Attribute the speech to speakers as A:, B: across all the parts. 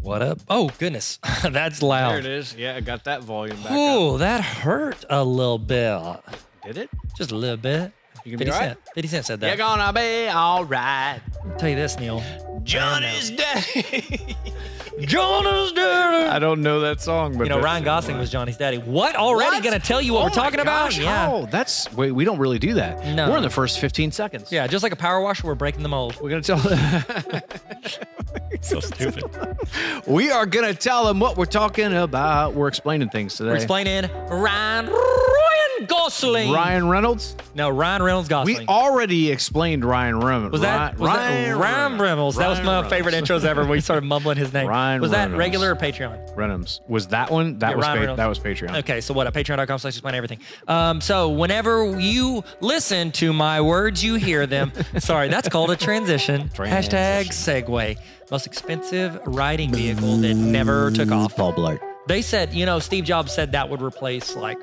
A: What up? Oh goodness, that's
B: There it
A: loud.
B: is. Yeah, I got that volume back up.
A: Ooh, that hurt a little bit.
B: Did it?
A: Just a little bit.
B: You
A: 50
B: gonna be all right?
A: Cent. 50 Cent said
B: You're
A: that.
B: gonna be all right.
A: I'll tell you this, Neil.
B: Johnny's daddy.
A: Johnny's daddy.
B: I don't know that song, but
A: You know,
B: that's-
A: Ryan Gosling was Johnny's daddy. What? Already
B: What?
A: going to tell you what
B: Oh
A: we're
B: my
A: talking about?
B: gosh,
A: Yeah.
B: Oh, that's wait. We don't really do that.
A: No.
B: We're in the first 15 seconds.
A: Yeah, just like a power washer, we're breaking the mold.
B: We're gonna tell.
A: So stupid.
B: we are gonna tell them what we're talking about. We're explaining things today.
A: We're explaining Ryan Ryan Gosling.
B: Ryan Reynolds.
A: No, Ryan Reynolds Gosling.
B: We already explained Ryan Reynolds.
A: was that,
B: Ry-
A: was
B: Ryan,
A: that Ryan Reynolds? That was
B: Ryan
A: my
B: Reynolds.
A: favorite intros ever. We started mumbling his name.
B: Ryan
A: was that
B: Reynolds.
A: regular or Patreon?
B: Reynolds. Was that one? That
A: Yeah,
B: was
A: Ryan
B: pa-
A: Reynolds.
B: that was Patreon.
A: Okay, so what? At patreon.com slash explain everything. Um, so whenever you listen to my words, you hear them. Sorry, that's called a transition. Hashtag segue. Most expensive riding vehicle that never took off.
C: Full
A: They said, you know, Steve Jobs said that would replace like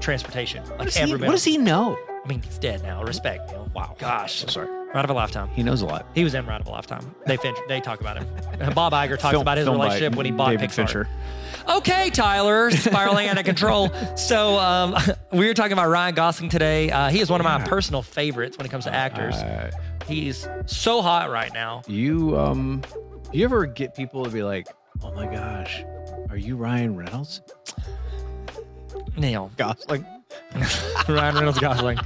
A: transportation. Like
B: What does, he,
A: everybody.
B: what does he know?
A: I mean, he's dead now. Respect, Neil. Wow. Gosh.
B: So sorry.
A: Ride of a lifetime.
B: He knows a lot.
A: He was in Ride of a Lifetime. They fin- they talk about him. And Bob Iger talks
B: Film-
A: about his
B: film by
A: relationship when he bought
B: David
A: Pixar.
B: Fincher.
A: Okay, Tyler, spiraling out of control. So um, we were talking about Ryan Gosling today. Uh, he is one of my personal favorites when it comes to actors.
B: Uh,
A: He's so hot right now.
B: you um, you ever get people to be like, "Oh my gosh, are you Ryan Reynolds?"
A: Neil,
B: Gosling.
A: Ryan Reynolds Gosling.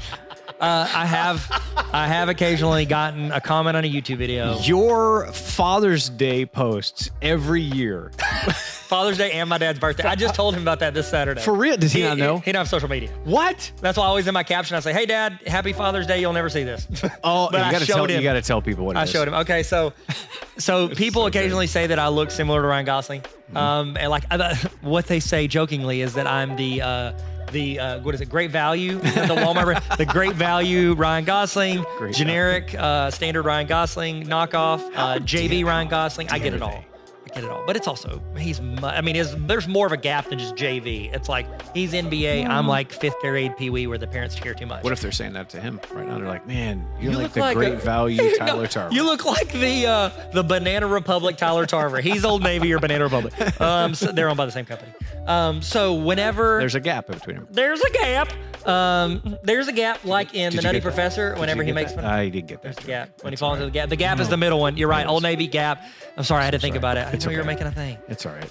A: Uh, I have, I have occasionally gotten a comment on a YouTube video,
B: Your Father's Day posts every year.
A: Father's Day and my dad's birthday. I just told him about that this Saturday.
B: For real? Does he not know?
A: He, he don't have social media.
B: What?
A: That's why always in my caption I say, "Hey, Dad, Happy Father's Day. You'll never see this."
B: Oh,
A: But
B: you
A: I
B: gotta
A: showed
B: tell
A: him.
B: you gotta tell people what it
A: I
B: is.
A: showed him. Okay, so so people occasionally say that I look similar to Ryan Gosling.
B: Mm-hmm.
A: Um, and like I- what they say jokingly is that I'm the uh, the uh, what is it? Great value, the Walmart, brand- the great value Ryan Gosling,
B: Great
A: generic uh, standard Ryan Gosling, knockoff uh, JV Ryan Gosling. I get it all. I get it all. But it's also he's. mu- I mean, is there's more of a gap than just JV. It's like he's NBA.
B: Mm-hmm.
A: I'm like fifth grade Pee Wee, where the parents care too much.
B: What if they're saying that to him right now? They're like, "Man, you're
A: You
B: like
A: look
B: the
A: like
B: great
A: a-
B: value
A: No,
B: Tyler Tarver."
A: You look like the uh, the Banana Republic Tyler Tarver. He's Old Navy or Banana Republic. Um, so they're owned by the same company. Um, so whenever
B: There's a gap in between them.
A: there's a gap, um, there's a gap like in
B: did
A: the
B: you
A: Nutty
B: get that?
A: Professor.
B: Did
A: Whenever
B: you
A: he
B: get
A: makes
B: that?
A: fun,
B: I did get that. joke.
A: gap when he falls into the gap. The gap is the middle one. You're right. Old Navy gap. I'm sorry, I had to think about it. I didn't know you were
B: okay.
A: making a thing.
B: It's all right.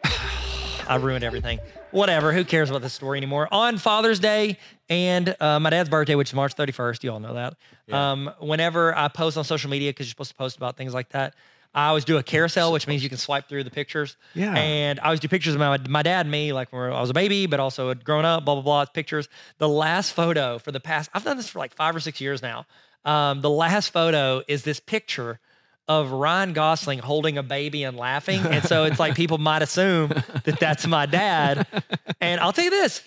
A: I ruined everything. Whatever. Who cares about this story anymore? On Father's Day and uh, my dad's birthday, which is March 31st, you all know that. Um, whenever I post on social media, because you're supposed to post about things like that, I always do a carousel, which means you can swipe through the pictures.
B: Yeah.
A: And I always do pictures of my, my dad and me, like when I was a baby, but also had grown up, blah, blah, blah. Pictures. The last photo for the past, I've done this for like five or six years now. Um, the last photo is this picture of Ryan Gosling holding a baby and laughing. And so it's like people might assume that that's my dad. And I'll tell you this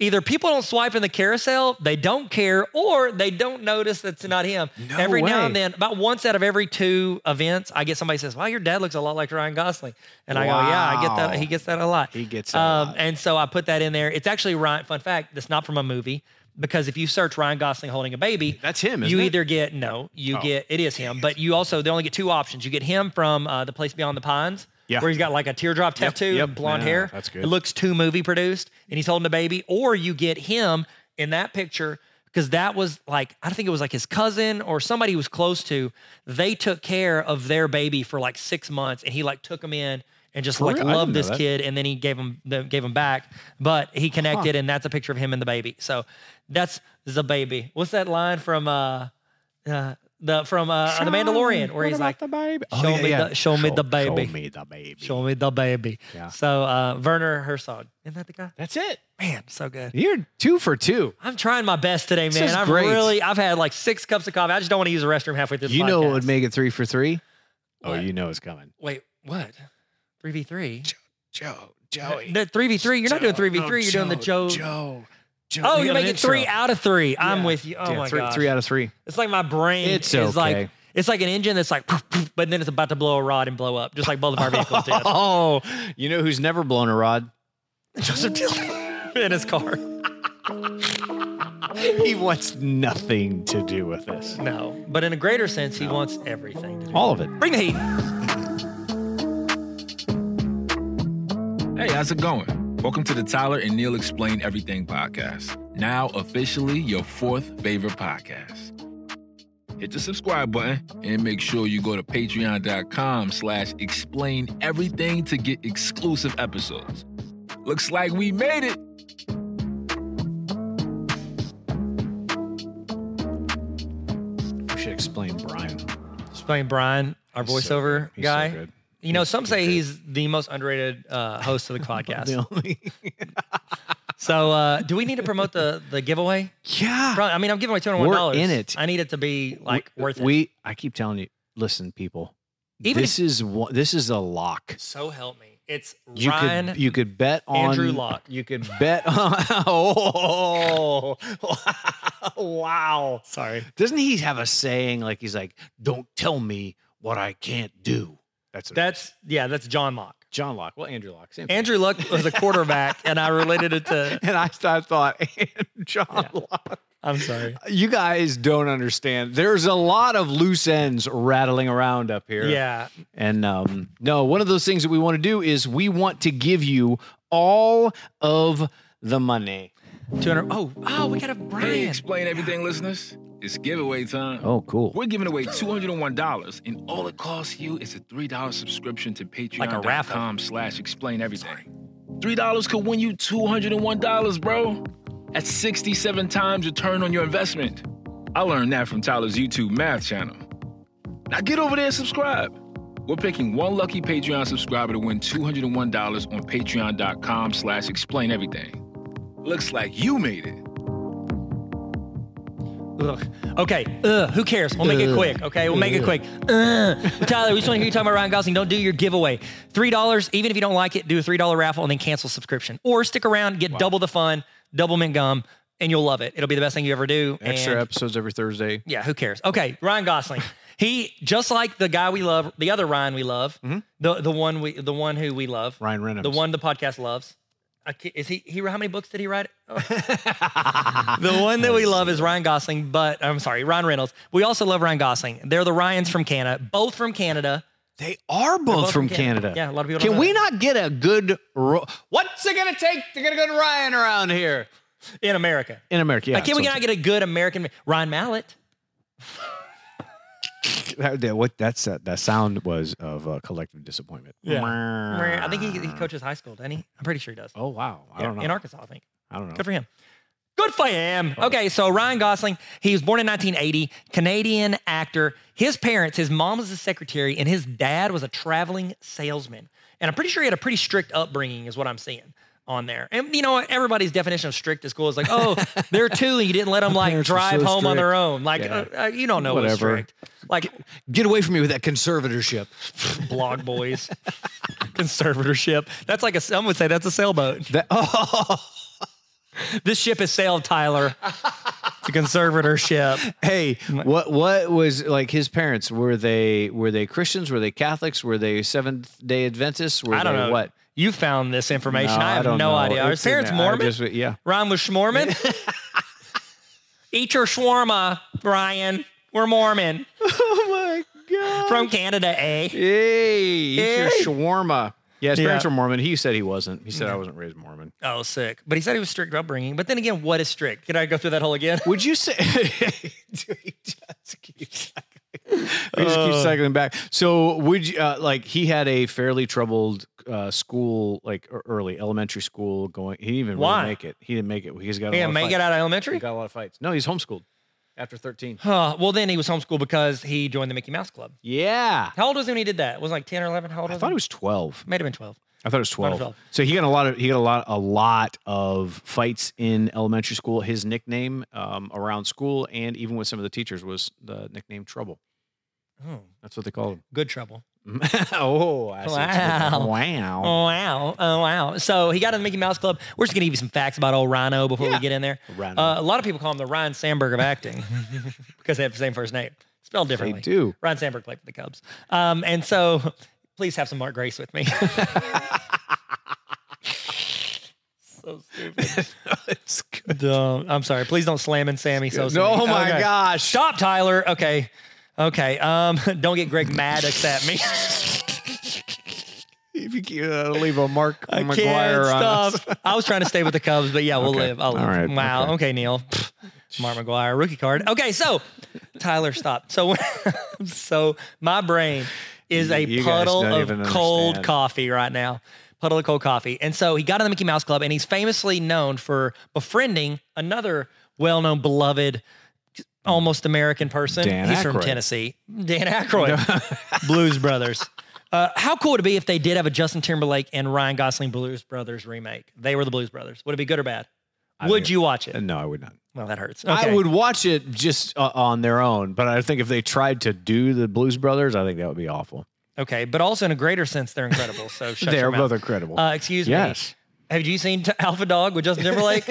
A: either people don't swipe in the carousel, they don't care, or they don't notice that's not him. every now
B: way.
A: and then, about once out of every two events, I get somebody says, Wow, your dad looks a lot like Ryan Gosling. And I go, Yeah, I get that.
B: Wow.
A: He gets that a lot.
B: He gets that a
A: um,
B: lot.
A: And so I put that in there. It's actually Ryan, fun fact, that's not from a movie. Because if you search Ryan Gosling holding a baby,
B: That's him, isn't
A: you
B: it? Oh.
A: either either get no, you get it is him, but you also they only get two options. You get him from uh, the place beyond the pines,
B: Yeah.
A: where he's got like a teardrop tattoo,
B: yep.
A: and blonde
B: Yeah,
A: hair.
B: that's good.
A: It looks too movie produced, and he's holding a baby. Or you get him in that picture because that was like I think it was like his cousin or somebody he was close to. They took care of their baby for like six months, and he like took him in. And just like
B: real? I
A: loved
B: didn't
A: this
B: know that.
A: kid, and then he gave him the, gave him back, but he connected, and that's a picture of him and the baby. So that's the baby. What's that line from uh, uh, the from uh, The Mandalorian, where
B: What
A: he's
B: about
A: like,
B: the baby?
A: "Show me the- show me the baby."
B: Oh, Show me the baby.
A: "Show me the baby."
B: Yeah.
A: So uh, Werner Herzog, isn't that the guy?
B: That's it.
A: Man, so good.
B: You're two for two.
A: I'm trying my best today, man.
B: is
A: I've
B: great.
A: really, I've had like six cups of coffee. I just don't want to use the restroom halfway through. The
B: You know what
A: podcast.
B: would make it three for three? Oh,
A: What?
B: you know it's coming.
A: Wait, what? Three v three.
B: Joe,
A: The three v three. You're not doing three v three. You're doing the Joe.
B: Joe. Joe.
A: Oh, you're making three out of three. I'm
B: Yeah.
A: with you. Oh
B: yeah,
A: my
B: three,
A: gosh.
B: three out of three.
A: It's like my brain
B: It's
A: is like
B: okay.
A: it's like an engine that's like, but then it's about to blow a rod and blow up, just like both of our vehicles did.
B: Oh, you know who's never blown a rod?
A: Joseph Dylan in his car.
B: He wants nothing to do with this.
A: No, but in a greater sense, he wants everything. To do.
B: All of it.
A: Bring the heat.
C: Hey, how's it going? Welcome to the Tyler and Neil Explain Everything podcast. Now, officially your fourth favorite podcast. Hit the subscribe button and make sure you go to patreon.com slash explain everything to get exclusive episodes. Looks like we made it.
B: We should explain Brian.
A: Just playing Brian, our
B: He's so
A: voiceover
B: He's so
A: guy.
B: good.
A: you know,
B: He's
A: some
B: so
A: say
B: good.
A: he's the most underrated uh, host of the podcast.
B: The only-
A: So, uh, do we need to promote the the giveaway?
B: yeah.
A: Probably, I mean, I'm giving away two hundred one dollars.
B: We're in it.
A: I need it to be like
B: we,
A: worth it.
B: We, I keep telling you, listen, people.
A: Even
B: this is one, this is a lock.
A: so help me, it's
B: You
A: Ryan.
B: could you could bet on
A: Andrew Locke.
B: You could bet on. Oh, wow!
A: Sorry,
B: Doesn't he have a saying like he's like, "Don't tell me what I can't do." That's what
A: that's yeah, that's John Locke.
B: John Locke. Well, Andrew Locke. Same thing.
A: Andrew Luck was a quarterback, and I related it to.
B: and I, I thought, John Locke.
A: I'm sorry.
B: You guys don't understand. There's a lot of loose ends rattling around up here.
A: Yeah,
B: And um, no, one of those things that we want to do is we want to give you all of the money.
A: two hundred. Oh, oh, we got a
C: Hey,
A: brand.
C: explain everything, listeners. It's giveaway time.
B: Oh, cool.
C: We're giving away $201, and all it costs you is a $3 subscription to
A: Like a raffle.
C: patreon.com slash explain everything. $3 could win you $201, bro. That's 67 times return on your investment. I learned that from Tyler's YouTube math channel. Now get over there and subscribe. We're picking one lucky Patreon subscriber to win $201 on patreon.com slash explain everything. Looks like you made it.
A: Ugh. Okay. Ugh. Who cares? We'll make it
B: Ugh.
A: quick. Okay. We'll make it
B: Ugh.
A: quick. Ugh. Tyler, we just want to hear you talking about Ryan Gosling. Don't do your giveaway. Three dollars. Even if you don't like it, do a three dollar raffle and then cancel subscription, or stick around, get double the fun, double mint gum, and you'll love it. It'll be the best thing you ever do.
B: Extra
A: and-
B: episodes every Thursday.
A: yeah, who cares? Okay, Ryan Gosling. He just like the guy we love, the other Ryan we love, the the one we the one who we love,
B: Ryan Reynolds.
A: the one the podcast loves. I ca- Is he he? How many books did he write? the one that we love is Ryan Gosling, but I'm sorry, Ryan Reynolds. We also love Ryan Gosling. They're the Ryans from Canada, both from Canada.
B: They are both,
A: both
B: from
A: from Canada.
B: Canada.
A: Yeah, a lot of people don't
B: Can
A: know
B: we
A: that.
B: not get a good? Ro- What's it gonna take to get a good Ryan around here
A: in America.
B: in America? Yeah,
A: Like, can
B: that's
A: we
B: what
A: not get a good American Ryan Mallett?
B: I'm saying. That- that- what that's uh, that, that sound was of uh, collective disappointment.
A: Yeah. I think he, he coaches high school, doesn't he? I'm pretty sure he does.
B: Uh, Oh wow! I
A: Yeah,
B: don't know.
A: In Arkansas, I think.
B: I don't know.
A: Good for him. Good for him.
B: Oh.
A: Okay, so Ryan Gosling, he was born in 1980, Canadian actor. His parents, his mom was a secretary, and his dad was a traveling salesman. And I'm pretty sure he had a pretty strict upbringing, is what I'm seeing on there. And you know, what? everybody's definition of strict is cool. It's like, oh, they're two, and you didn't let them like
B: parents were
A: drive
B: so
A: home on
B: strict.
A: their own. Like,
B: Yeah.
A: uh, uh, you don't know what's
B: Whatever.
A: strict. Like,
B: Get away from me with that conservatorship.
A: blog boys, conservatorship. That's like a some would say that's a sailboat.
B: That, oh,
A: This ship has sailed, Tyler. It's a conservatorship.
B: hey, what what was like? His parents were they were they Christians? Were they Catholics? Were they Seventh Day Adventists? Were
A: I don't
B: they
A: know
B: what?
A: You found this information.
B: No,
A: I have
B: don't
A: no
B: know.
A: idea. Are his
B: It's in
A: parents
B: there. I
A: Mormon?
B: just- yeah.
A: Ryan was Schmorman? Eat your shawarma, Ryan. We're Mormon
B: Oh my god.
A: from Canada, eh?
B: Hey, eat your
A: Hey.
B: shawarma. Yeah, his parents
A: Yeah.
B: were Mormon. He said he wasn't. He said I wasn't raised Mormon.
A: Oh, sick. But he said he was strict upbringing. But then again, what is strict? Can I go through that whole again?
B: Would you say? Dude, he just keeps cycling. Uh. He just keeps cycling back. So would you uh, like? He had a fairly troubled uh, school, like e- early elementary school. Going, he didn't even
A: Why?
B: really make it. He didn't make it. He's got a
A: Yeah,
B: lot of
A: make
B: fights.
A: it out of
B: He
A: elementary?
B: Oh, got a lot of fights. No, he's homeschooled after thirteen.
A: Huh. well, then he was homeschooled because he joined the Mickey Mouse Club.
B: Yeah,
A: How old was he when he did that? Was he like 10 or 11? How old
B: I
A: was
B: thought
A: he?
B: he was twelve.
A: Might have been 12.
B: I thought it was twelve.
A: 12.
B: So he got a lot of he got a lot a lot of fights in elementary school. His nickname um, around school and even with some of the teachers was the nickname Trouble.
A: Oh,
B: That's what they called him.
A: good trouble.
B: oh, I see what you did there.
A: Wow.
B: Wow.
A: Oh, wow. Oh, wow. So he got in the Mickey Mouse Club. We're just going to give you some facts about old Rhino before we
B: Yeah.
A: get in there.
B: Rhino.
A: Uh, a lot of people call him the Ryan Sandberg of acting because they have the same first name, spelled
B: they
A: differently.
B: do.
A: Ryan Sandberg played for the Cubs. Um, and so please have some Mark Grace with me. so stupid.
B: it's good.
A: Dumb. I'm sorry. Please don't slam and Sammy. So
B: No, oh my gosh.
A: Stop, Tyler. Okay. Okay. Um, don't get Greg mad at me.
B: He if you keep, uh, leave a Mark
A: I
B: McGuire
A: can't
B: on us.
A: stop. I was trying to stay with the Cubs, but yeah, we'll
B: Okay.
A: live. I'll live.
B: All right.
A: Wow.
B: Okay.
A: Okay, Neil. Pfft. Mark McGuire, rookie card. Okay, so Tyler, stop. So, so my brain is a
B: You guys
A: puddle
B: don't
A: of
B: even
A: cold
B: understand.
A: coffee right now. Puddle of cold coffee. And so he got in the Mickey Mouse Club, and he's famously known for befriending another well-known, beloved, almost American person.
B: Dan
A: he's from
B: Aykroyd.
A: Tennessee. Dan Aykroyd, Blues Brothers. Uh, how cool would it be if they did have a Justin Timberlake and Ryan Gosling Blues Brothers remake? They were the Blues Brothers. Would it be good or bad?
B: I
A: would
B: think-
A: you watch it?
B: Uh, No, I would not.
A: Well, that hurts.
B: I
A: Okay.
B: would watch it just uh, on their own, but I think if they tried to do the Blues Brothers, I think that would be awful.
A: Okay, but also in a greater sense, they're incredible. So shut
B: They're
A: your mouth.
B: both incredible.
A: Uh, excuse
B: yes.
A: me. Have you seen T- Alpha Dog with Justin Timberlake?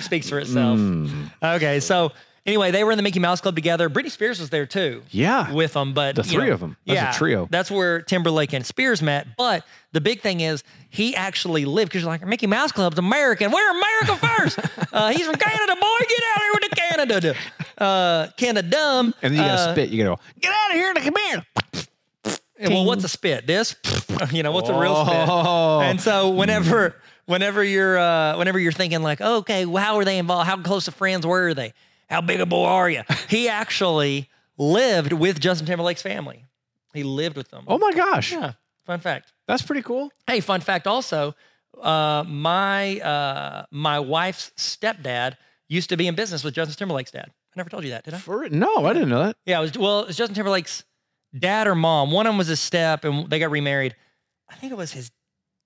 A: Speaks for itself.
B: Hmm.
A: Okay, so anyway, they were in the Mickey Mouse Club together. Britney Spears was there too.
B: Yeah.
A: with them, but
B: The
A: you
B: three
A: know,
B: of 'em. That's a
A: yeah,
B: trio.
A: That's where Timberlake and Spears met. But the big thing is he actually lived because you're like Mickey Mouse Club's American. We're America first. uh, he's from Canada, boy. Get out here with the Canada, uh, Canada dumb.
B: And then you gotta
A: Uh,
B: spit. You gotta go, get out of here and come here.
A: Well, what's a spit? This, you know, what's a real spit?
B: Oh.
A: And so whenever, whenever you're, uh, whenever you're thinking like, okay, well, how are they involved? How close of friends were they? How big a boy are you? He actually lived with Justin Timberlake's family. He lived with them.
B: Oh my gosh.
A: yeah. Fun fact.
B: That's pretty cool.
A: Hey, fun fact also, uh, my uh, my wife's stepdad used to be in business with Justin Timberlake's dad. I never told you that, did I?
B: For No, I didn't know that.
A: Yeah, it was well, it was Justin Timberlake's dad or mom. One of them was his step, and they got remarried. I think it was his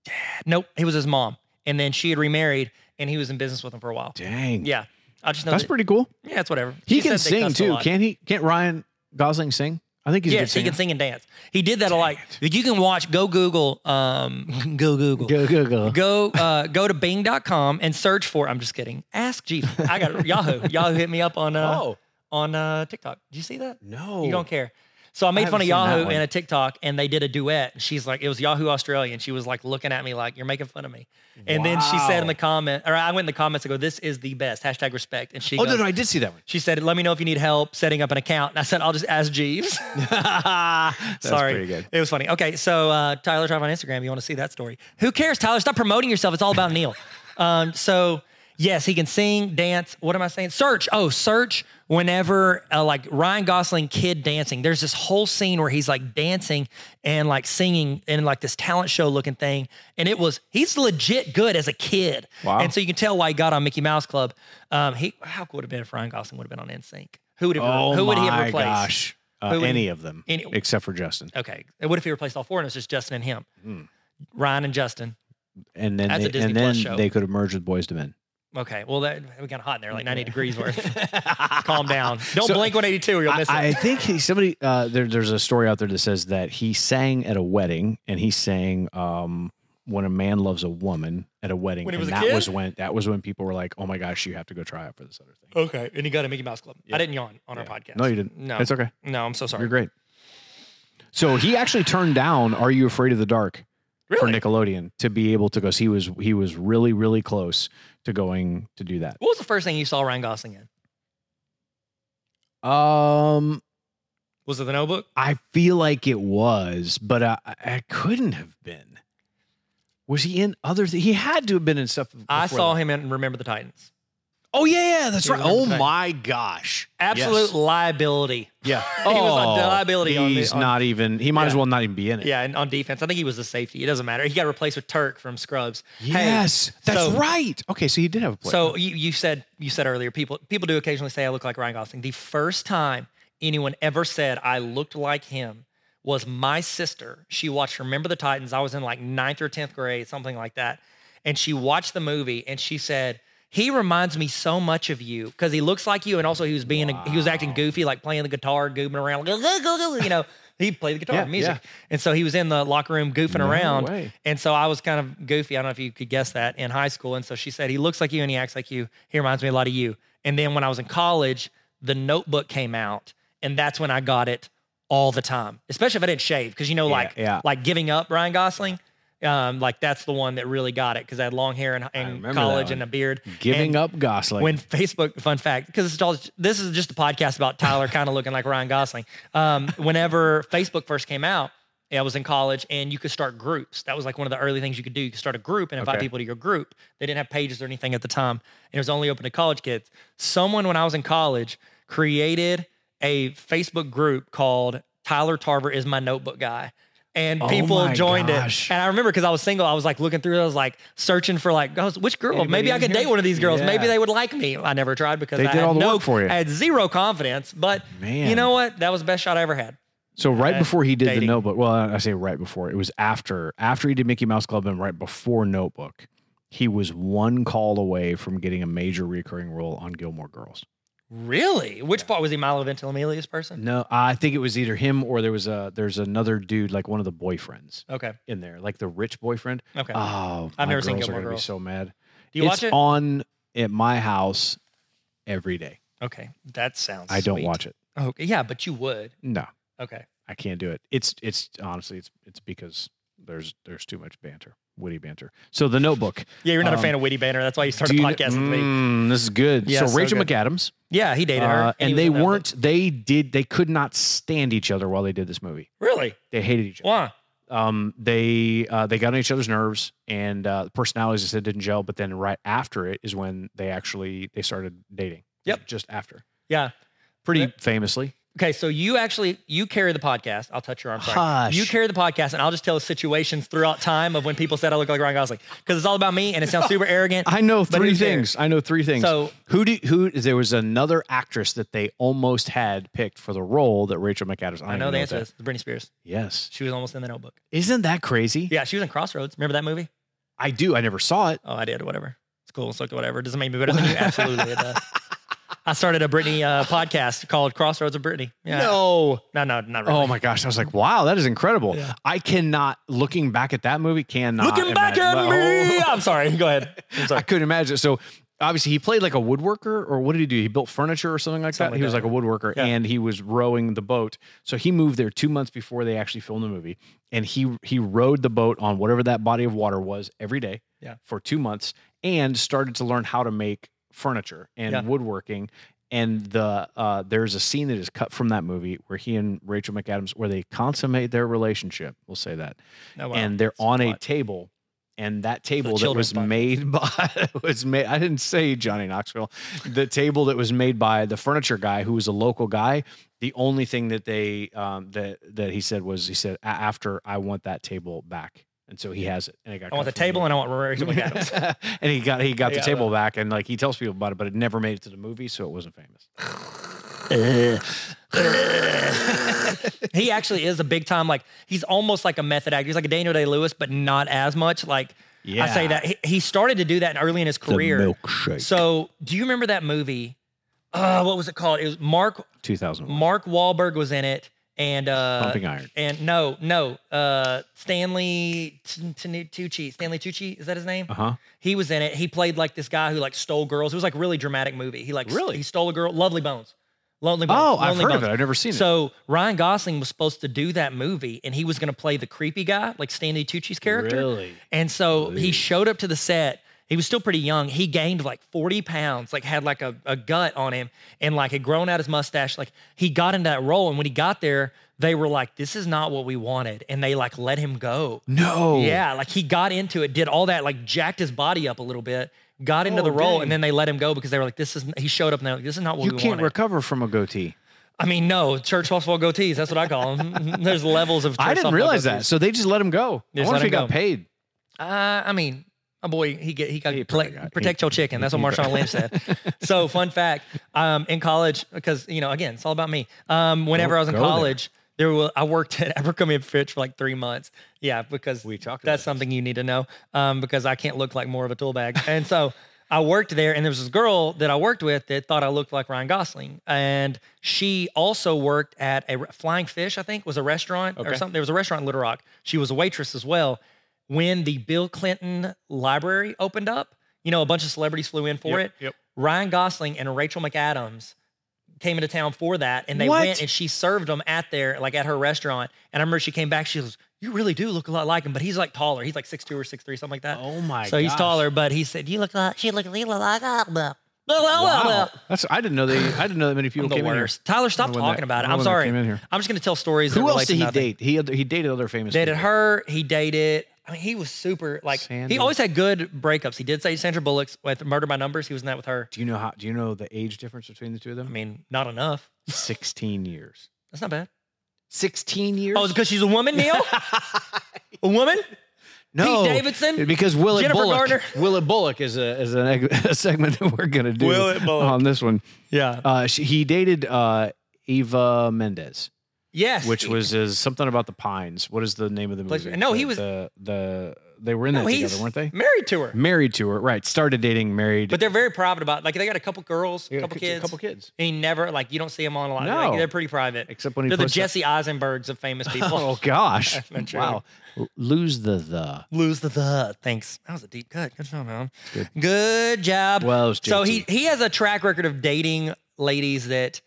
A: dad. Nope, it was his mom. And then she had remarried, and he was in business with them for a while.
B: Dang.
A: Yeah, I just know.
B: That's
A: that-
B: pretty cool.
A: yeah, it's whatever.
B: He
A: She
B: can
A: said they
B: sing
A: cussed a
B: too.
A: lot.
B: Can't he? Can't Ryan Gosling sing? I think he's a good
A: Yes, he
B: singer.
A: can sing and dance. He did that a lot. Like, you can watch. Go Google. Um, go Google.
B: Go, go, go.
A: go uh, go to bing.com and search for i'm just kidding ask jeeves i got yahoo yahoo hit me up on uh,
B: Oh.
A: on uh, tiktok do you see that
B: No.
A: you don't care so i made
B: haven't
A: fun of
B: seen that
A: yahoo
B: one.
A: in a tiktok and they did a duet and she's like it was yahoo australia and she was like looking at me like you're making fun of me and then she said in
B: Wow.
A: the comment or i went in the comments and go this is the best hashtag respect and she
B: Oh,
A: goes,
B: no, no, I did see that one.
A: she said let me know if you need help setting up an account and i said i'll just ask jeeves
B: That's
A: Sorry.
B: pretty good.
A: It was funny. Okay, so uh, Tyler Drive on Instagram. You want to see that story? Who cares, Tyler? Stop promoting yourself. It's all about Neil. Um, so yes, he can sing, dance. What am I saying? Search. Oh, search. Whenever uh, like Ryan Gosling kid dancing, there's this whole scene where he's like dancing and like singing in like this talent show looking thing, and it was he's legit good as a kid.
B: Wow.
A: And so you can tell why he got on Mickey Mouse Club. Um, he how cool would have been if Ryan Gosling would have been on NSYNC? Who would have?
B: Oh,
A: who would he have
B: my
A: replaced?
B: gosh. Uh,
A: Who would-
B: any of them,
A: any-
B: except for Justin.
A: Okay. And what if he replaced all four and it was just Justin and him?
B: Hmm.
A: Ryan and Justin.
B: And then,
A: That's a
B: they,
A: Disney
B: and
A: Plus
B: then
A: show.
B: they could have merged with Boys to Men.
A: Okay. Well, that we got hot in there, like 90 degrees worth. Calm down. Don't
B: So-
A: blink 182 or you'll
B: I,
A: miss
B: I
A: it.
B: think he, somebody uh, there, there's a story out there that says that he sang at a wedding and he sang um, when a man loves a woman at a wedding.
A: When he
B: and
A: was a
B: that
A: kid?
B: was when that was when people were like, "Oh my gosh, you have to go try out for this other thing."
A: okay. And you got a Mickey Mouse Club. I didn't yawn on
B: Yeah.
A: our podcast.
B: No, you didn't.
A: No.
B: it's okay.
A: No, I'm so sorry.
B: You're great. So he actually turned down "Are You Afraid of the Dark"
A: Really?
B: for Nickelodeon to be able to go. So he was he was really really close to going to do that.
A: what was the first thing you saw Ryan Gosling in?
B: Um,
A: Was it the notebook?
B: I feel like it was, but I, I couldn't have been. Was he in other? Th- he had to have been in stuff.
A: I
B: before
A: saw
B: that.
A: him in Remember the Titans.
B: Oh yeah, yeah, that's
A: You
B: right.
A: remember
B: Oh
A: that.
B: my gosh,
A: Absolute
B: Yes.
A: liability.
B: Yeah, Oh,
A: He was a liability on the-
B: He's
A: on-
B: not even. He might as
A: Yeah.
B: well not even be in it.
A: Yeah, and on defense. I think he was the safety. It doesn't matter. He got replaced with Turk from Scrubs. Hey,
B: Yes, that's
A: so-
B: right. Okay, so he did have a play.
A: So you, you said you said earlier people people do occasionally say I look like Ryan Gosling. The first time anyone ever said I looked like him was my sister. She watched Remember the Titans. I was in like ninth or tenth grade, something like that, and she watched the movie and she said he reminds me so much of you because he looks like you and also he was being a, he was acting goofy like playing the guitar, goofing around, you know. He played the guitar,
B: Yeah,
A: music,
B: yeah.
A: and so he was in the locker room goofing
B: No
A: around.
B: way.
A: And so I was kind of goofy. I don't know if you could guess that in high school. And so she said, he looks like you and he acts like you. He reminds me a lot of you. And then when I was in college, the notebook came out. And that's when I got it all the time, especially if I didn't shave. Cause you know,
B: Yeah,
A: like,
B: yeah.
A: like giving up Ryan Gosling, um, like that's the one that really got it. Cause I had long hair in, in
B: remember that
A: college
B: one.
A: and a beard.
B: giving
A: And
B: up Gosling.
A: when Facebook, fun fact, because it's all this is just a podcast about Tyler kind of looking like Ryan Gosling. Um, whenever Facebook first came out, I was in college, and you could start groups. That was like one of the early things you could do. You could start a group and invite
B: Okay.
A: people to your group. They didn't have pages or anything at the time, and it was only open to college kids. Someone, when I was in college, created a Facebook group called Tyler Tarver is my notebook guy. And
B: Oh
A: people
B: my
A: joined
B: gosh.
A: it. And I remember because I was single, I was like looking through, it, I was like searching for like, oh, which girl?
B: Anybody
A: Maybe I
B: in
A: could
B: here?
A: date one of these girls. Maybe
B: Yeah.
A: they would like me. I never tried because
B: They
A: I
B: did
A: had
B: all the
A: no,
B: work for you.
A: I had zero confidence. But you
B: Man.
A: know what? That was the best shot I ever had.
B: So right
A: Uh,
B: before he did
A: dating.
B: the Notebook, well, I I say right before it was after after he did Mickey Mouse Club and right before Notebook, he was one call away from getting a major recurring role on Gilmore Girls.
A: Really? Which part was he Milo Ventimiglia person?
B: No, I think it was either him or there was a there's another dude like one of the boyfriends
A: Okay.
B: in there, like the rich boyfriend.
A: Okay.
B: Oh,
A: I've
B: my
A: never seen
B: girls are
A: Gilmore
B: gonna be
A: Girls.
B: so mad.
A: Do you
B: it's
A: watch it?
B: on at my house every day.
A: okay. That sounds.
B: I don't
A: sweet.
B: watch it.
A: Oh, yeah, but you would.
B: No,
A: Okay.
B: I can't do it. It's it's honestly it's it's because there's there's too much banter, witty banter. So the Notebook.
A: Yeah, you're not a
B: Um,
A: fan of Witty Banner. That's why you
B: Do
A: started
B: you-
A: podcasting with me.
B: Mm, this is good.
A: Yeah,
B: so,
A: so
B: Rachel
A: good.
B: McAdams,
A: Yeah, he dated her,
B: uh,
A: he
B: and
A: was
B: they
A: on that
B: weren't. They did. They could not stand each other while they did this movie.
A: one. really.
B: They hated each other.
A: Why?
B: Um, they uh, they got on each other's nerves, and uh, personalities just didn't gel. But then right after it is when they actually they started dating.
A: Yep.
B: just after.
A: Yeah.
B: Pretty
A: Yep.
B: famously.
A: Okay, so you actually you carry the podcast. I'll touch your arm. Sorry. You
B: Hush.
A: carry the podcast, and I'll just tell situations throughout time of when people said I look like Ryan Gosling because it's all about me, and it sounds super arrogant.
B: I know
A: But
B: three
A: who's there?
B: things. I know three things.
A: So-
B: who do who? There was another actress that they almost had picked for the role that Rachel McAdams.
A: I
B: don't
A: know
B: even
A: the
B: what
A: answer
B: that-
A: is Britney Spears.
B: Yes,
A: She was almost in the Notebook.
B: isn't that crazy?
A: Yeah, she was in Crossroads. Remember that movie?
B: I do. I never saw it.
A: Oh, I did. Whatever. It's cool. It's okay. Whatever. Doesn't make me better than you. Absolutely. It does. I started a Britney uh, podcast called Crossroads of Britney. Yeah.
B: No.
A: No, no, not really.
B: Oh my gosh! I was like, wow, that is incredible.
A: Yeah.
B: I cannot. Looking back at that movie, cannot.
A: Looking back at
B: imagine-
A: me.
B: Oh.
A: I'm sorry. Go ahead. I'm
B: I
A: sorry.
B: couldn't imagine. So obviously, he played like a woodworker, or what did he do? He built furniture or something like
A: Something
B: that.
A: like
B: he was
A: that.
B: like a woodworker,
A: Yeah.
B: and he was rowing the boat. So he moved there two months before they actually filmed the movie, and he he rowed the boat on whatever that body of water was every day
A: Yeah.
B: for two months, and started to learn how to make furniture and
A: Yeah.
B: woodworking. And the uh, there's a scene that is cut from that movie where he and Rachel McAdams, where they consummate their relationship. We'll say that
A: No, wow.
B: and they're
A: It's
B: on a
A: plot.
B: table and that table that
A: children's
B: was
A: podcast.
B: made by was made I didn't say Johnny Knoxville the table that was made by the furniture guy who was a local guy the only thing that they um that that he said was he said "A- after I want that table back and so he has it and it got
A: I want the table and I want Rachel McAdams.
B: and he got he got the
A: Yeah,
B: table back and like he tells people about it but it never made it to the movie so it wasn't famous
A: he actually is a big time like he's almost like a method actor. He's like a Daniel Day Lewis, but not as much. Like I say
B: Yeah.
A: that he, he started to do that early in his career.
B: milkshake
A: So do you remember that movie? Uh, what was it called? It was Mark
B: 2001
A: Mark Wahlberg was in it, and uh,
B: pumping iron
A: and no, no, uh, Stanley T- T- Tucci. Stanley Tucci is that his name?
B: uh-huh
A: He was in it. He played like this guy who like stole girls. It was like really dramatic movie. He like st-
B: Really?
A: he stole a girl. Lovely Bones. Lonely Bones.
B: oh I've
A: Lonely
B: heard
A: Bones.
B: of it I've never seen it
A: So Ryan Gosling was supposed to do that movie, and he was going to play the creepy guy, like Stanley Tucci's character.
B: Really?
A: And so he
B: Ooh.
A: showed up to the set. He was still pretty young. He gained like 40 pounds, like had like a, a gut on him and like had grown out his mustache. Like he got into that role. And when he got there, they were like, this is not what we wanted. And they like let him go.
B: no
A: Yeah. Like he got into it, did all that, like jacked his body up a little bit, got into
B: Oh,
A: the role,
B: dang.
A: and then they let him go because they were like, this is, he showed up and they're like, this is not what
B: You
A: we
B: can't
A: wanted.
B: recover from a goatee.
A: I mean, no, church softball goatees. That's what I call them. There's levels of. Church
B: I didn't
A: softball
B: realize
A: goatees.
B: that. So they just let him go.
A: They
B: I
A: just
B: wonder
A: let
B: if he
A: him
B: got
A: go.
B: paid.
A: Uh, I mean, my boy, he get he got
B: He
A: play,
B: probably got-
A: protect your chicken. That's what Marshawn Lynch said. So fun fact, um, in college, because you know, again, it's all about me. Um, whenever
B: Go-
A: I was in
B: go there.
A: college, there were, I worked at Abercrombie and Fitch for like three months. Yeah, because
B: We talked about
A: That's
B: this.
A: something you need to know. Um, because I can't look like more of a tool bag, and so. I worked there, and there was this girl that I worked with that thought I looked like Ryan Gosling, and she also worked at a re- Flying Fish, I think, was a restaurant or
B: Okay.
A: something. There was a restaurant in Little Rock. She was a waitress as well. When the Bill Clinton Library opened up, you know, a bunch of celebrities flew in for
B: Yep,
A: it.
B: yep.
A: Ryan Gosling and Rachel McAdams came into town for that, and they
B: What?
A: went and she served them at their like at her restaurant. And I remember she came back. She goes, "You really do look a lot like him, but he's like taller. He's like six two or six three, something like that."
B: Oh my
A: so he's taller, but he said, "You look like she look a little like." uh, blah." Well, well, well, well.
B: That's I didn't know they I didn't know that many people
A: I'm the
B: came
A: worst. Tyler, stop
B: Remember when
A: talking about
B: that-
A: it.
B: remember
A: I'm
B: when that
A: sorry.
B: came in here?
A: I'm just going to tell stories.
B: in here.
A: that
B: Who
A: relate to
B: else date? he
A: nothing.
B: date? He he dated other famous
A: Dated
B: people.
A: her. He dated. I mean, he was super like
B: Sandy.
A: he always had good breakups. He did say Sandra Bullock's with Murder by Numbers. He was in that with her.
B: Do you know how? Do you know the age difference between the two of them?
A: I mean, not enough.
B: Sixteen years.
A: That's not bad.
B: Sixteen years.
A: Oh, it's because she's a woman, Neil. a woman.
B: no,
A: Pete Davidson?
B: Because Willet
A: Jennifer
B: Bullock.
A: Garner?
B: Willet Bullock is a is an, eg- a segment that we're gonna do
A: Willett Bullock.
B: on this one.
A: Yeah.
B: Uh, she, he dated uh, Eva Mendes,
A: Yes.
B: which was is something about the pines. What is the name of the
A: Pleasure-
B: movie?
A: no, he
B: The-
A: was-
B: the, the they were in
A: No,
B: that
A: Oh, he's
B: together, weren't they?
A: married to her.
B: Married to her, right? Started dating, married.
A: But they're very private about like they got a couple girls, a
B: Yeah,
A: couple
B: c-
A: kids.
B: couple kids.
A: And he never like you don't see them on a lot. Like,
B: No.
A: they're pretty private.
B: Except when he
A: They're the
B: posts up-
A: Jesse Eisenbergs of famous people.
B: Oh gosh!
A: Not true.
B: wow, L- lose the the.
A: Lose the the. Thanks. That was a deep cut. Good job, man.
B: Good.
A: Good, job.
B: Well, it's
A: so
B: JT.
A: he he has a track record of dating ladies that,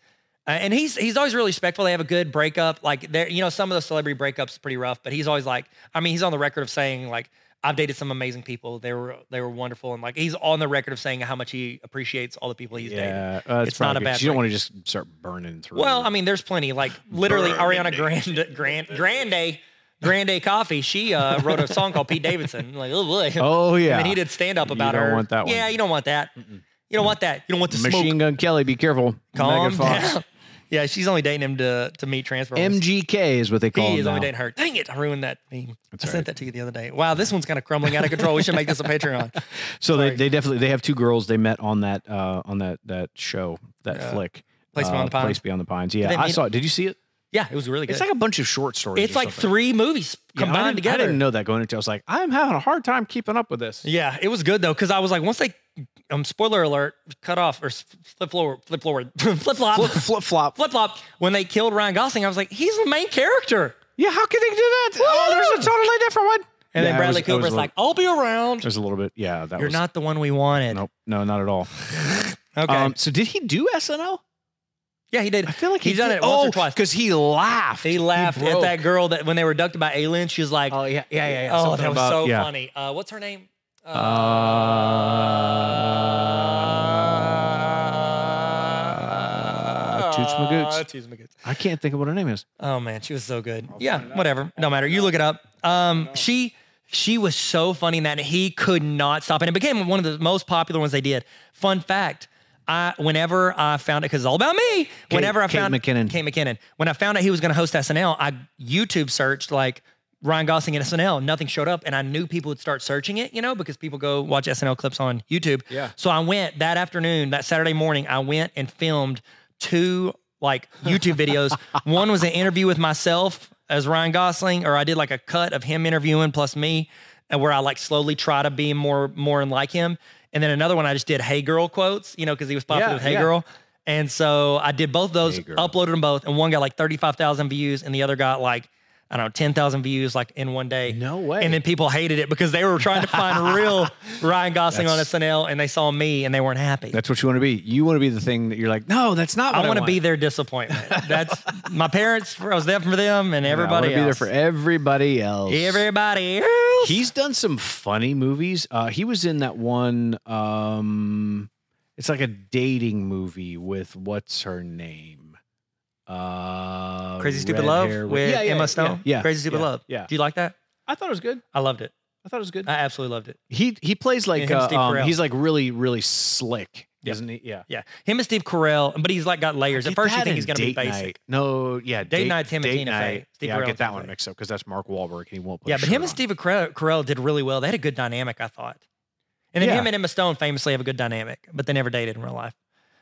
A: uh, and he's he's always really respectful. They have a good breakup. Like there, you know, some of the celebrity breakups are pretty rough, but he's always like, I mean, he's on the record of saying like. I've dated some amazing people. They were they were wonderful, and like he's on the record of saying how much he appreciates all the people he's dated.
B: Yeah, uh,
A: It's not
B: probably
A: a
B: good.
A: bad
B: You don't
A: thing.
B: want to just start burning through.
A: Well, I mean, there's plenty. Like literally, Ariana Grande, Grand, Grande, Grande Coffee. She uh, wrote a song called Pete Davidson. Like, oh boy.
B: oh yeah.
A: And then he did stand up about
B: don't
A: her.
B: want that one.
A: Yeah, you don't want that. You don't want that. You don't want the
B: Machine
A: smoke.
B: Gun Kelly, be careful.
A: Calm
B: Megan Fox.
A: down. Yeah, she's only dating him to to meet transfer.
B: MGK is what they call
A: He
B: him
A: is
B: now.
A: only dating her. Dang it! I ruined that meme. I
B: all right.
A: sent that to you the other day. Wow, this one's kind of crumbling out of control. We should make this a Patreon.
B: So they,
A: Sorry.
B: they definitely they have two girls they met on that uh on that that show that
A: Yeah.
B: flick.
A: Place
B: uh,
A: Beyond the Pines.
B: Place Beyond the Pines.
A: they
B: Yeah, I
A: meet-
B: saw it. Did you see it?
A: Yeah, it was really good.
B: It's like a bunch of short stories.
A: It's
B: or
A: like
B: something.
A: three movies
B: Yeah, I
A: combined
B: didn't-
A: together.
B: I didn't know that going into. it. I was like, I'm having a hard time keeping up with this.
A: Yeah, it was good though because I was like, once they, um, spoiler alert, cut off or s- flip forward, flip forward, flip flop,
B: Flip flip flop.
A: flip flop. When they killed Ryan Gosling, I was like, he's the main character.
B: Yeah, how can they do that? Oh, there's a totally different one.
A: And
B: Yeah,
A: then
B: I was-
A: Bradley
B: I was a
A: Cooper's
B: little-
A: like, I'll be around.
B: I was a little bit. Yeah, that
A: You're
B: was.
A: not the one we wanted.
B: Nope. No, not at all.
A: Okay.
B: Um, so did he do SNL?
A: yeah, he did.
B: I feel like
A: he's
B: he
A: done
B: did.
A: it once
B: oh,
A: or twice.
B: Because he laughed.
A: He laughed at
B: broke.
A: that girl that when they were abducted by aliens, she was like,
B: Oh yeah, yeah, yeah. yeah.
A: Oh,
B: Something
A: that was
B: about-
A: so
B: yeah.
A: funny. Uh, what's her name? Uh,
B: Uh, Toots Magoots.
A: Toots Magoots.
B: I can't think of what her name is.
A: Oh man, she was so good. yeah, whatever. No matter. You look it up. Um, she she was so funny in that and he could not stop, and it became one of the most popular ones they did. Fun fact. I, whenever I found it, because it's all about me. whenever I
B: Kate
A: found
B: McKinnon.
A: Kate McKinnon, when I found out he was going to host SNL, I YouTube searched like Ryan Gosling and SNL. Nothing showed up, and I knew people would start searching it, you know, because people go watch SNL clips on YouTube.
B: Yeah.
A: So I went that afternoon, that Saturday morning, I went and filmed two like YouTube videos. One was an interview with myself as Ryan Gosling, or I did like a cut of him interviewing plus me, and where I like slowly try to be more more and like him. And then another one I just did "Hey girl" quotes, you know, because he was popular
B: Yeah,
A: with "Hey
B: yeah.
A: girl." And so I did both those,
B: Hey Girl.
A: uploaded them both, and one got like thirty five thousand views, and the other got like I don't know ten thousand views like in one day.
B: No way.
A: And then people hated it because they were trying to find real Ryan Gosling on
B: That's-
A: SNL, and they saw me and they weren't happy.
B: That's what you want to be. You want to be the thing that you're like, no, that's not. What
A: I
B: want
A: want to be their disappointment. That's my parents. I was there for them and everybody
B: I wanna be there
A: else.
B: for everybody else.
A: everybody else.
B: He's done some funny movies. Uh, he was in that one. Um, it's like a dating movie with what's her name? Uh,
A: Crazy Stupid
B: red
A: Love
B: hair
A: with
B: Yeah, yeah,
A: Emma Stone.
B: Yeah, yeah,
A: Crazy Stupid
B: yeah,
A: Love.
B: Yeah,
A: Do you like that?
B: I thought it was good.
A: I loved it.
B: I thought it was good.
A: I absolutely loved it.
B: He he plays like
A: him and
B: uh,
A: Steve
B: um,
A: Carell.
B: he's like really really slick, isn't he? Yeah.
A: Yeah, him and Steve Carell, but he's like got layers. At
B: Get
A: first, you
B: that
A: think he's
B: and
A: gonna be
B: Date
A: basic.
B: Night. No, yeah, date,
A: Night's him and
B: Date
A: Tina Fey.
B: night.
A: Steve
B: yeah, I
A: Carell
B: get
A: and
B: that
A: Tina
B: one
A: Fey.
B: mixed up because that's Mark Wahlberg and he won't. Put a
A: Yeah, but him
B: shirt on.
A: and Steve Carell, Carell did really well. They had a good dynamic, I thought. And then
B: Yeah.
A: him and Emma Stone famously have a good dynamic, but they never dated in real life.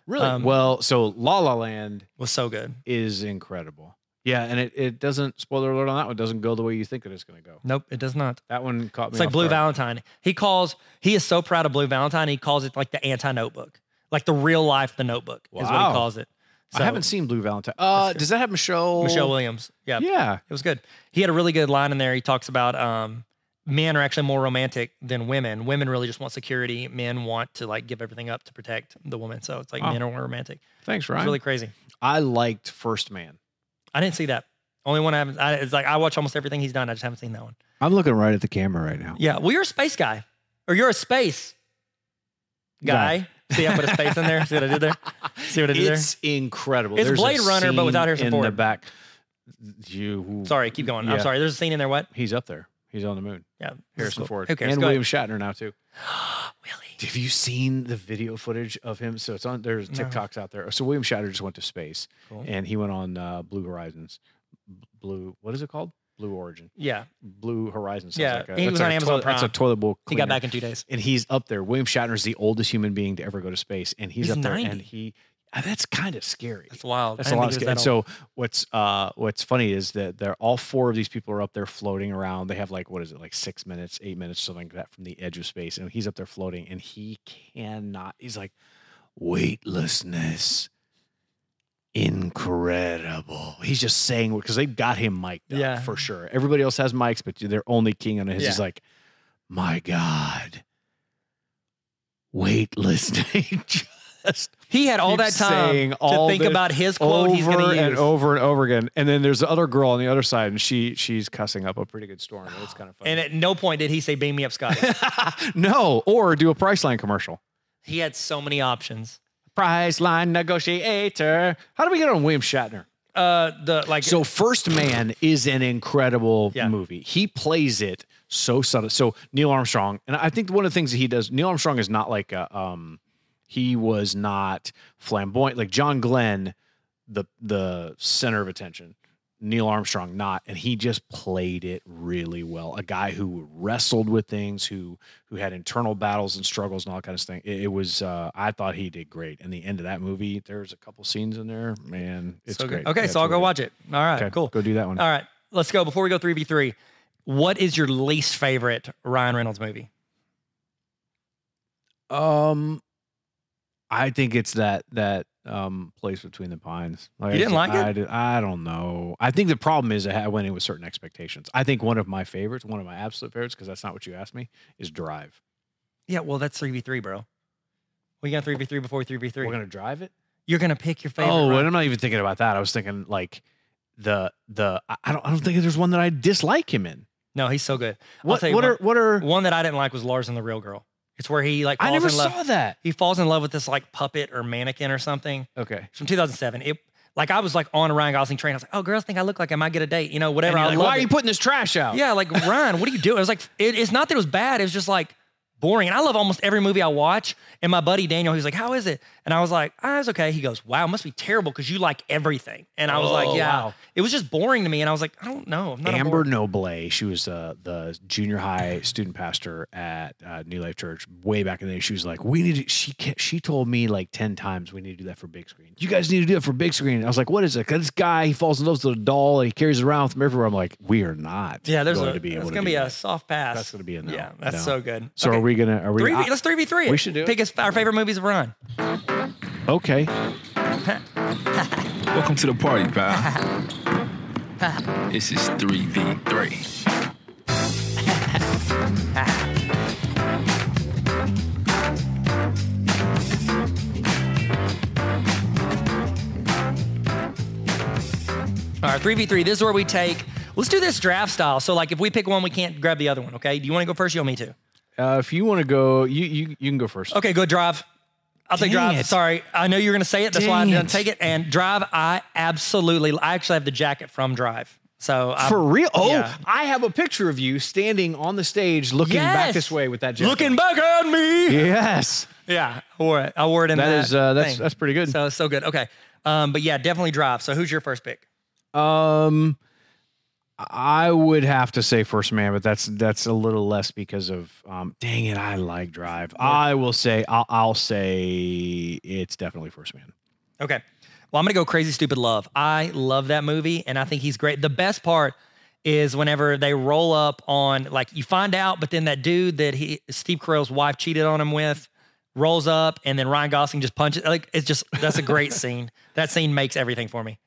B: really
A: um,
B: well. So La La Land
A: It was so good.
B: is incredible. Yeah, and it, it doesn't spoiler alert on that one doesn't go the way you think it is going to go.
A: Nope, it does not.
B: That one caught me.
A: It's like
B: off
A: Blue
B: guard.
A: Valentine. He calls. He is so proud of Blue Valentine. He calls it like the anti-notebook, like the real life the notebook is what
B: Wow.
A: he calls it.
B: I haven't seen Blue Valentine. Uh,
A: good.
B: does that have Michelle?
A: Michelle Williams. Yeah,
B: Yeah.
A: it was good. He had a really good line in there. He talks about um, men are actually more romantic than women. Women really just want security. Men want to like give everything up to protect the woman. So it's like
B: Wow.
A: men are more romantic.
B: Thanks,
A: It's
B: Ryan.
A: really crazy.
B: I liked First Man.
A: I didn't see that. Only one I haven't. I, it's like I watch almost everything he's done. I just haven't seen that one.
B: I'm looking right at the camera right now.
A: Yeah. Well, you're a space guy, or you're a space guy. See, I put a space in there. See what I did there? See what I did there?
B: It's incredible.
A: It's
B: There's a
A: Blade Runner, but without
B: scene
A: Harrison
B: in the
A: Ford.
B: back. You
A: Sorry, keep going. I'm
B: Yeah.
A: sorry. There's a scene in there. What?
B: He's up there. He's on the moon.
A: Yeah, this is
B: Harrison
A: cool.
B: Ford
A: Who cares?
B: and
A: Go
B: William
A: ahead.
B: Shatner now too.
A: Willie.
B: Have you seen the video footage of him? So it's on. There's
A: No.
B: TikToks out there. So William Shatner just went to space,
A: Cool.
B: and he went on uh, Blue Horizons. B- Blue, what is it called? Blue Origin.
A: Yeah,
B: Blue Horizon. Sounds
A: Yeah,
B: like a,
A: he
B: that's
A: was
B: like
A: on
B: a
A: Amazon
B: toilet- That's a
A: Prime.
B: toilet bowl.
A: he
B: cleaner.
A: got back in two days.
B: and he's up there. William Shatner is the oldest human being to ever go to space, and he's,
A: He's
B: up there,
A: 90.
B: and he. ah, That's kind of scary.
A: That's wild.
B: That's
A: I
B: a
A: didn't
B: lot of
A: think
B: scary.
A: it
B: And
A: was that old.
B: so what's uh what's funny is that they're all four of these people are up there floating around. They have like what is it like six minutes, eight minutes, something like that from the edge of space, and he's up there floating, and he cannot. He's like weightlessness, incredible. He's just saying because they've got him mic'd up
A: Yeah.
B: for sure. Everybody else has mics, but they're only king on his. He's
A: Yeah.
B: like, my god, weightlessness. just
A: he had all that
B: keeps
A: time
B: saying
A: to
B: all
A: think
B: the-
A: about his quote
B: over
A: he's going to use.
B: and over and over again. And then there's the other girl on the other side, and she she's cussing up a pretty good storm. and It's kind of
A: And
B: funny.
A: at no point did he say "Beam me up, Scotty."
B: no, or do a Priceline commercial.
A: he had so many options.
B: Priceline negotiator. How do we get on William Shatner?
A: Uh, the like
B: So First Man is an incredible
A: Yeah.
B: movie. He plays it so subtle. So Neil Armstrong, and I think one of the things that he does, Neil Armstrong is not like a um he was not flamboyant. Like John Glenn, the the center of attention. Neil Armstrong not, and he just played it really well. A guy who wrestled with things, who who had internal battles and struggles and all that kind of thing. It, it was uh I thought he did great. And the end of that movie, there's a couple scenes in there. Man, it's
A: so good.
B: great.
A: Okay,
B: Yeah, it's
A: so I'll
B: really
A: go
B: good.
A: watch it. All right,
B: Okay,
A: cool.
B: Go do that one.
A: All right, let's go. Before we go three v three, what is your least favorite Ryan Reynolds movie?
B: Um, I think it's that that um place between the pines. Like,
A: You didn't
B: I
A: like
B: just-
A: it?
B: I, did- I don't know. I think the problem is I went in with certain expectations. I think one of my favorites, one of my absolute favorites, because that's not what you asked me, is Drive.
A: Yeah, well, that's three v three, bro. We got three v three before three v
B: We're
A: 3
B: gonna drive it.
A: You're gonna pick your favorite.
B: Oh,
A: Ryan.
B: and I'm not even thinking about that. I was thinking like the the I I don't I don't think there's one that I dislike him in.
A: no, he's so good. I'll
B: What
A: tell you
B: what
A: what-
B: are what are
A: One that I didn't like was Lars and the Real Girl. It's where he like falls
B: I never
A: in love.
B: saw that.
A: He falls in love with this like puppet or mannequin or something.
B: Okay.
A: It's from 2007. It like I was like on a Ryan Gosling train. I was like, oh, girls think I look like I might get a date. You know,
B: And
A: whatever.
B: you're
A: I
B: like,
A: love
B: why are
A: it.
B: you putting this trash out?
A: Yeah, like Ryan, what are you doing? It was like it, it's not that it was bad. It was just like boring. And I love almost every movie I watch. And my buddy Daniel, he was like, "How is it?" And I was like, "Ah, it's okay." He goes, "Wow, it must be terrible because you like everything." And I was
B: Oh,
A: like, "Yeah."
B: wow.
A: It was just boring to me. And I was like, "I don't know." I'm not a
B: Amber
A: boring-
B: Noble, she was uh, the junior high student pastor at uh, New Life Church way back in the day. She was like, "We need." To, she ca- she told me like ten times, "We need to do that for big screen. You guys need to do that for big screen." And I was like, "What is it?" 'Cause this guy he falls in love with a doll and he carries it around with him everywhere. I'm like, "We are not."
A: Yeah, there's
B: going
A: a,
B: to be able
A: it's
B: to
A: gonna be
B: do
A: a
B: that.
A: soft pass.
B: uh, That's gonna be a no.
A: Yeah, that's
B: No.
A: so good.
B: So
A: Okay.
B: are we gonna? Are we?
A: Three,
B: I-
A: let's three v three.
B: we should do it.
A: Pick us our favorite movies of Ryan.
B: okay.
C: Welcome to the party, pal. this is 3v3.
A: All right, three v three. This is where we take. Let's do this draft style. So like, if we pick one, we can't grab the other one. Okay? Do you want to go first? You want me to?
B: Uh, if you want to go, you, you you can go first.
A: Okay, good drive. I'll take
B: Dang
A: drive.
B: it.
A: Sorry, I know you were going to say it. That's why I
B: Dang
A: didn't
B: it.
A: take it. And drive, I absolutely. I actually have the jacket from Drive. So I'm,
B: For real? Oh,
A: yeah.
B: I have a picture of you standing on the stage, looking back
A: Yes.
B: this way with that jacket.
A: looking back at me. Yeah.
B: Yes.
A: I wore it. I wore it in
B: That
A: that
B: is, uh, that's-
A: thing.
B: that's pretty good.
A: So it's so good. Okay, um, but yeah, definitely drive. So who's your first pick?
B: Um, I would have to say First Man, but that's that's a little less because of um. Dang it, I like Drive. I will say I'll, I'll say it's definitely First Man.
A: Okay. Well, I'm going to go crazy stupid love. I love that movie and I think he's great. The best part is whenever they roll up on like you find out but then that dude that he Steve Carell's wife cheated on him with rolls up and then Ryan Gosling just punches like it's just that's a great scene. That scene makes everything for me.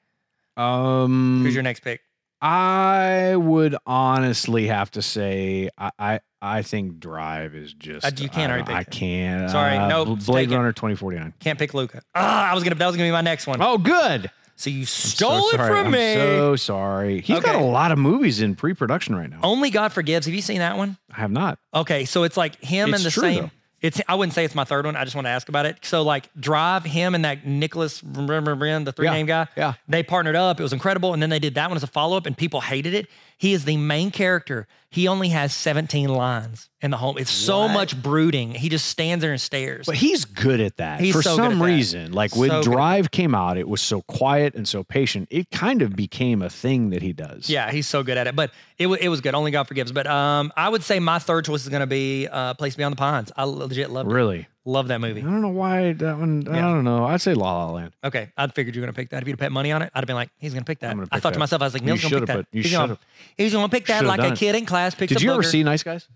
B: Um,
A: Who's your next pick?
B: I would honestly have to say I I, I think Drive is just
A: Uh, you can't
B: I,
A: already pick
B: I
A: it.
B: can't.
A: Sorry,
B: uh,
A: nope,
B: Bl-
A: it's
B: Blade
A: taken.
B: Runner twenty forty nine.
A: Can't pick Luca. Ah, I was going to that was going to be my next one.
B: Oh, good.
A: So you
B: I'm so
A: stole it
B: sorry.
A: from
B: I'm
A: me.
B: So sorry. He's got
A: Okay. Oh.
B: a lot of movies in pre production right now.
A: Only God forgives. Have you seen that one?
B: I have not.
A: Okay, so it's like him
B: It's
A: and the
B: true,
A: same.
B: though.
A: It's I wouldn't say it's my third one. I just want to ask about it. So like Drive, him and that Nicholas, the three
B: Yeah,
A: name guy.
B: yeah.
A: They partnered up. It was incredible. And then they did that one as a follow up, and people hated it. He is the main character. He only has 17 lines in the whole. It's so
B: What?
A: much brooding. He just stands there and stares.
B: But he's good at that.
A: He's
B: For
A: so good at
B: some
A: that.
B: reason, like when
A: So good at
B: Drive came out, it was so quiet and so patient. It kind of became a thing that he does.
A: Yeah, he's so good at it. But it, wa- it was good. Only God forgives. But um, I would say my third choice is going to be uh, Place Beyond the Pines. I legit love
B: Really?
A: love that
B: I
A: movie.
B: don't know why that one. I
A: Yeah.
B: don't know. I'd say La La Land.
A: Okay, I figured you were going to pick that. If you'd have bet money on it, I'd have been like, he's going to pick that.
B: I'm gonna
A: I
B: pick
A: thought
B: that.
A: to myself, I was like,
B: You
A: Neil's going to
B: should've,
A: pick that.
B: but you
A: he's gonna,
B: should've.
A: he's going to pick that
B: Should've
A: like
B: done
A: a
B: it.
A: kid in class picks
B: Did
A: a
B: you ever
A: booger.
B: see Nice Guys?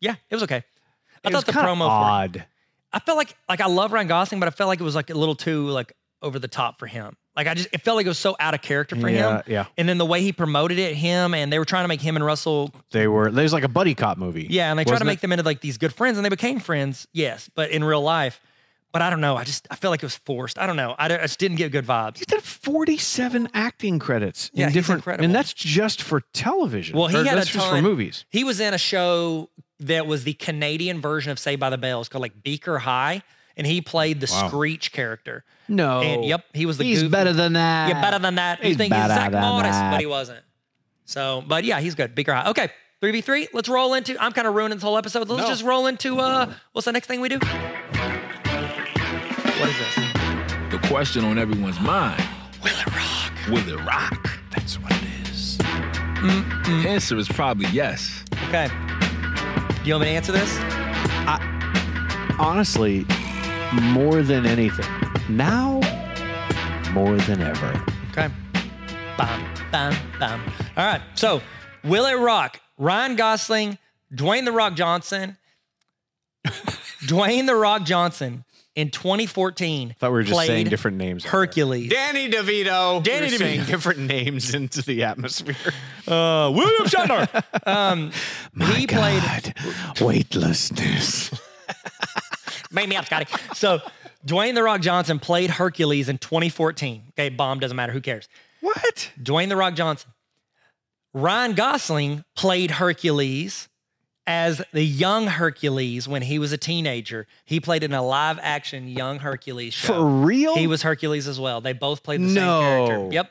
A: Yeah, it was okay. I
B: It was
A: thought the
B: kinda
A: promo for it-
B: odd.
A: I felt like like I love Ryan Gosling, but I felt like it was like a little too like over the top for him. Like I just it felt like it was so out of character for
B: yeah,
A: him.
B: yeah.
A: And then the way he promoted it, him and they were trying to make him and Russell
B: They were. There's like a buddy cop movie.
A: Yeah, and they try to
B: Wasn't
A: make them into like these good friends, and they became friends, yes, but in real life. But I don't know. I just I feel like it was forced. I don't know. I, d- I just didn't get good vibes.
B: He's done 47 acting credits
A: Yeah,
B: in
A: he's
B: different,
A: incredible.
B: and that's just for television.
A: Well, he
B: Or
A: had a
B: that's just for
A: ton-
B: movies.
A: He was in a show that was the Canadian version of Saved by the Bell. It's called like Beaker High, and he played the
B: Wow.
A: Screech character.
B: No,
A: And yep, he was the
B: he's
A: goofy-
B: better than that.
A: Yeah, better than that. You
B: Ah. He's
A: think he's
B: better
A: Zach
B: than
A: Morris,
B: that.
A: but he wasn't. So, but yeah, he's good. Beaker High. Okay, three v three. Let's roll into. I'm kind of ruining this whole episode. Let's
B: No.
A: just roll into. uh What's the next thing we do? What is this?
C: The question on everyone's mind
A: Will it rock?
C: will it rock? That's what it is. The answer is probably yes.
A: Okay. Do you want me to answer this?
B: Honestly, more than anything, now more than ever.
A: Okay. Bam, bam, bam. All right. So, Will It Rock? Ryan Gosling, Dwayne The Rock Johnson. Dwayne The Rock Johnson in 2014.
B: thought we were just
A: played
B: saying different names.
A: Hercules.
B: Danny DeVito.
A: Danny
B: We're saying
A: DeVito.
B: different names into the atmosphere.
A: Uh, William Shatner. um,
B: My
A: he played.
B: God, weightlessness.
A: Made me out, Scotty. So, Dwayne The Rock Johnson played Hercules in 2014. Okay, bomb doesn't matter. Who cares?
B: what?
A: Dwayne The Rock Johnson. Ryan Gosling played Hercules as the young Hercules when he was a teenager. He played in a live action young Hercules show.
B: For real?
A: He was Hercules as well. They both played the
B: No.
A: same character. Yep.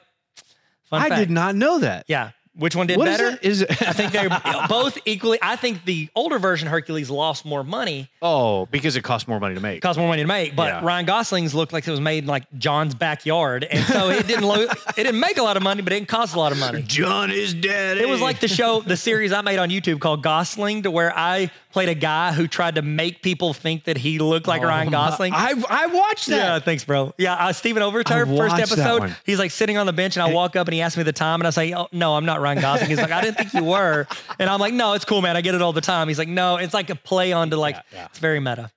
A: Fun
B: I
A: fact.
B: did not know that.
A: Yeah. Which one did
B: What is
A: better?
B: it? Is it?
A: I think they're both equally. I think the older version Hercules lost more money,
B: Oh, because it costs more money to make.
A: cost more money to make. But
B: Yeah.
A: Ryan Gosling's looked like it was made in like John's backyard, and so it didn't. Lo- it didn't make a lot of money, but it didn't cost a lot of money.
B: John is dead.
A: It was like the show, the series I made on YouTube called Gosling, to where I played a guy who tried to make people think that he looked like Ryan Gosling.
B: Oh, I I watched
A: yeah,
B: that.
A: thanks, bro. Yeah, uh, Stephen Overture,
B: I
A: first
B: watched that
A: episode.
B: one.
A: He's like sitting on the bench, and I walk up and he asks me the time, and I say, "Oh no, I'm not Ryan Gosling." He's like, "I didn't think you were," and I'm like, "No, it's cool, man. I get it all the time." He's like, "No, it's like a play on to like,
B: yeah.
A: it's very meta."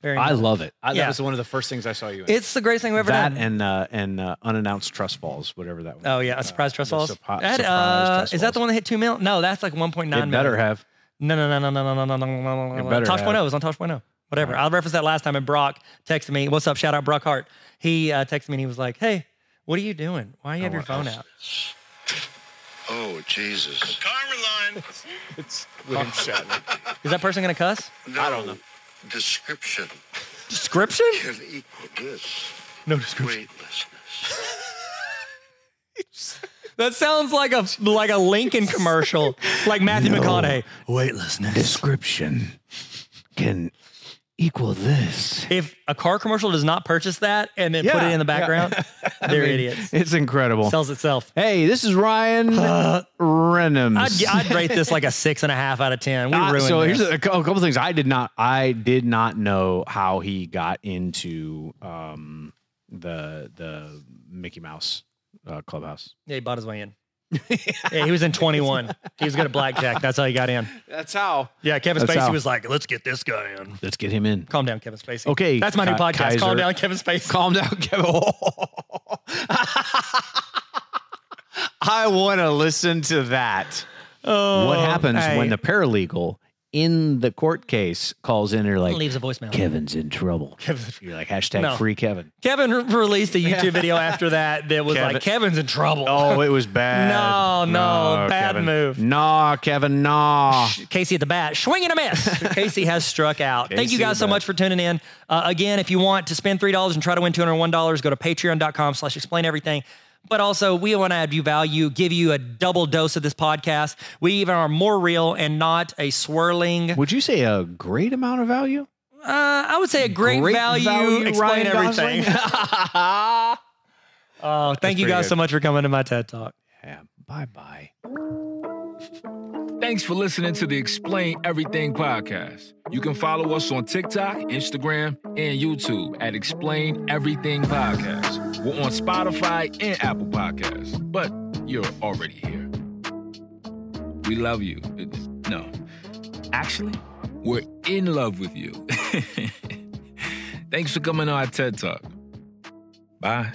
A: Very.
B: I
A: meta.
B: love it. I,
A: Yeah.
B: That was one of the first things I saw you in.
A: It's the greatest thing we've ever
B: that
A: done.
B: and uh, and uh, unannounced trust falls, whatever that was.
A: oh yeah, a surprise trust
B: the
A: falls.
B: surpri-
A: That,
B: surprise
A: uh,
B: trust
A: is that the
B: falls.
A: one that hit two mil? No, that's like one point
B: it
A: nine million.
B: better have.
A: No, no, no, no, no, no, no, no, no, no, no,
B: It
A: no.
B: better
A: Tosh
B: have.
A: 1.0 is on Tosh 1.0. Whatever. I referenced that last time, and Brock texted me. What's up? Shout out Brock Hart. He uh, texted me and he was like, "Hey, what are you doing? Why do you have your phone out?"
D: Oh, Jesus.
E: Carmeline.
B: It's William Shatner.
A: Is that person gonna cuss?
D: No I don't know. Description
A: Description?
D: can equal this
A: No description.
D: weightlessness.
A: That sounds like a like a Lincoln commercial, like Matthew McConaughey.
B: Description can equal this.
A: If a car commercial does not purchase that and then put
B: Yeah,
A: it in the
B: yeah.
A: background, they're idiots.
B: It's incredible.
A: Sells itself.
B: hey, this is Ryan Renums.
A: I'd, I'd rate this like a six and a half out of ten. We
B: Uh,
A: ruined
B: so
A: this.
B: here's a, a couple things I did not I did not know how he got into um, the the Mickey Mouse uh, clubhouse.
A: Yeah, he bought his way in. yeah, he was in 21. He was good at blackjack. That's how he got in.
B: That's how.
A: Yeah, Kevin
B: That's
A: Spacey
B: how.
A: was like, "Let's get this guy in."
B: Let's get him in.
A: Calm down, Kevin Spacey.
B: Okay,
A: that's my new
B: Ki-
A: podcast. Calm
B: Kaiser.
A: down, Kevin Spacey.
B: Calm down, Kevin. I want to listen to that.
A: Oh,
B: what happens
A: hey. Oh,
B: when the paralegal in the court case calls in and are like,
A: leaves a voicemail.
B: Kevin's in trouble. You're like, hashtag
A: No.
B: free Kevin.
A: Kevin re- released a YouTube video after that that was like Kevin's in trouble.
B: Oh, it was bad.
A: No, no, bad
B: Kevin.
A: move.
B: Nah, Kevin, nah.
A: Casey at the bat, swing and a miss. Casey has struck out. Thank
B: Casey
A: you
B: at
A: guys so
B: the bat.
A: much for tuning in. Uh, again, if you want to spend three dollars and try to win two hundred one dollars, go to patreon.com slash explain everything. But also, we want to add you value, give you a double dose of this podcast. We even are more real and not a swirling.
B: Would you say a great amount of value?
A: Uh, I would say a great, value, explain
B: Ryan
A: everything.
B: Gosling?
A: Oh, thank you
B: pretty
A: guys
B: good.
A: so much for coming to my TED Talk.
B: yeah, bye bye.
C: Thanks for listening to the Explain Everything podcast. You can follow us on TikTok, Instagram, and YouTube at Explain Everything Podcast. We're on Spotify and Apple Podcasts, but you're already here. We love you. No, actually, we're in love with you. Thanks for coming on our TED Talk. Bye.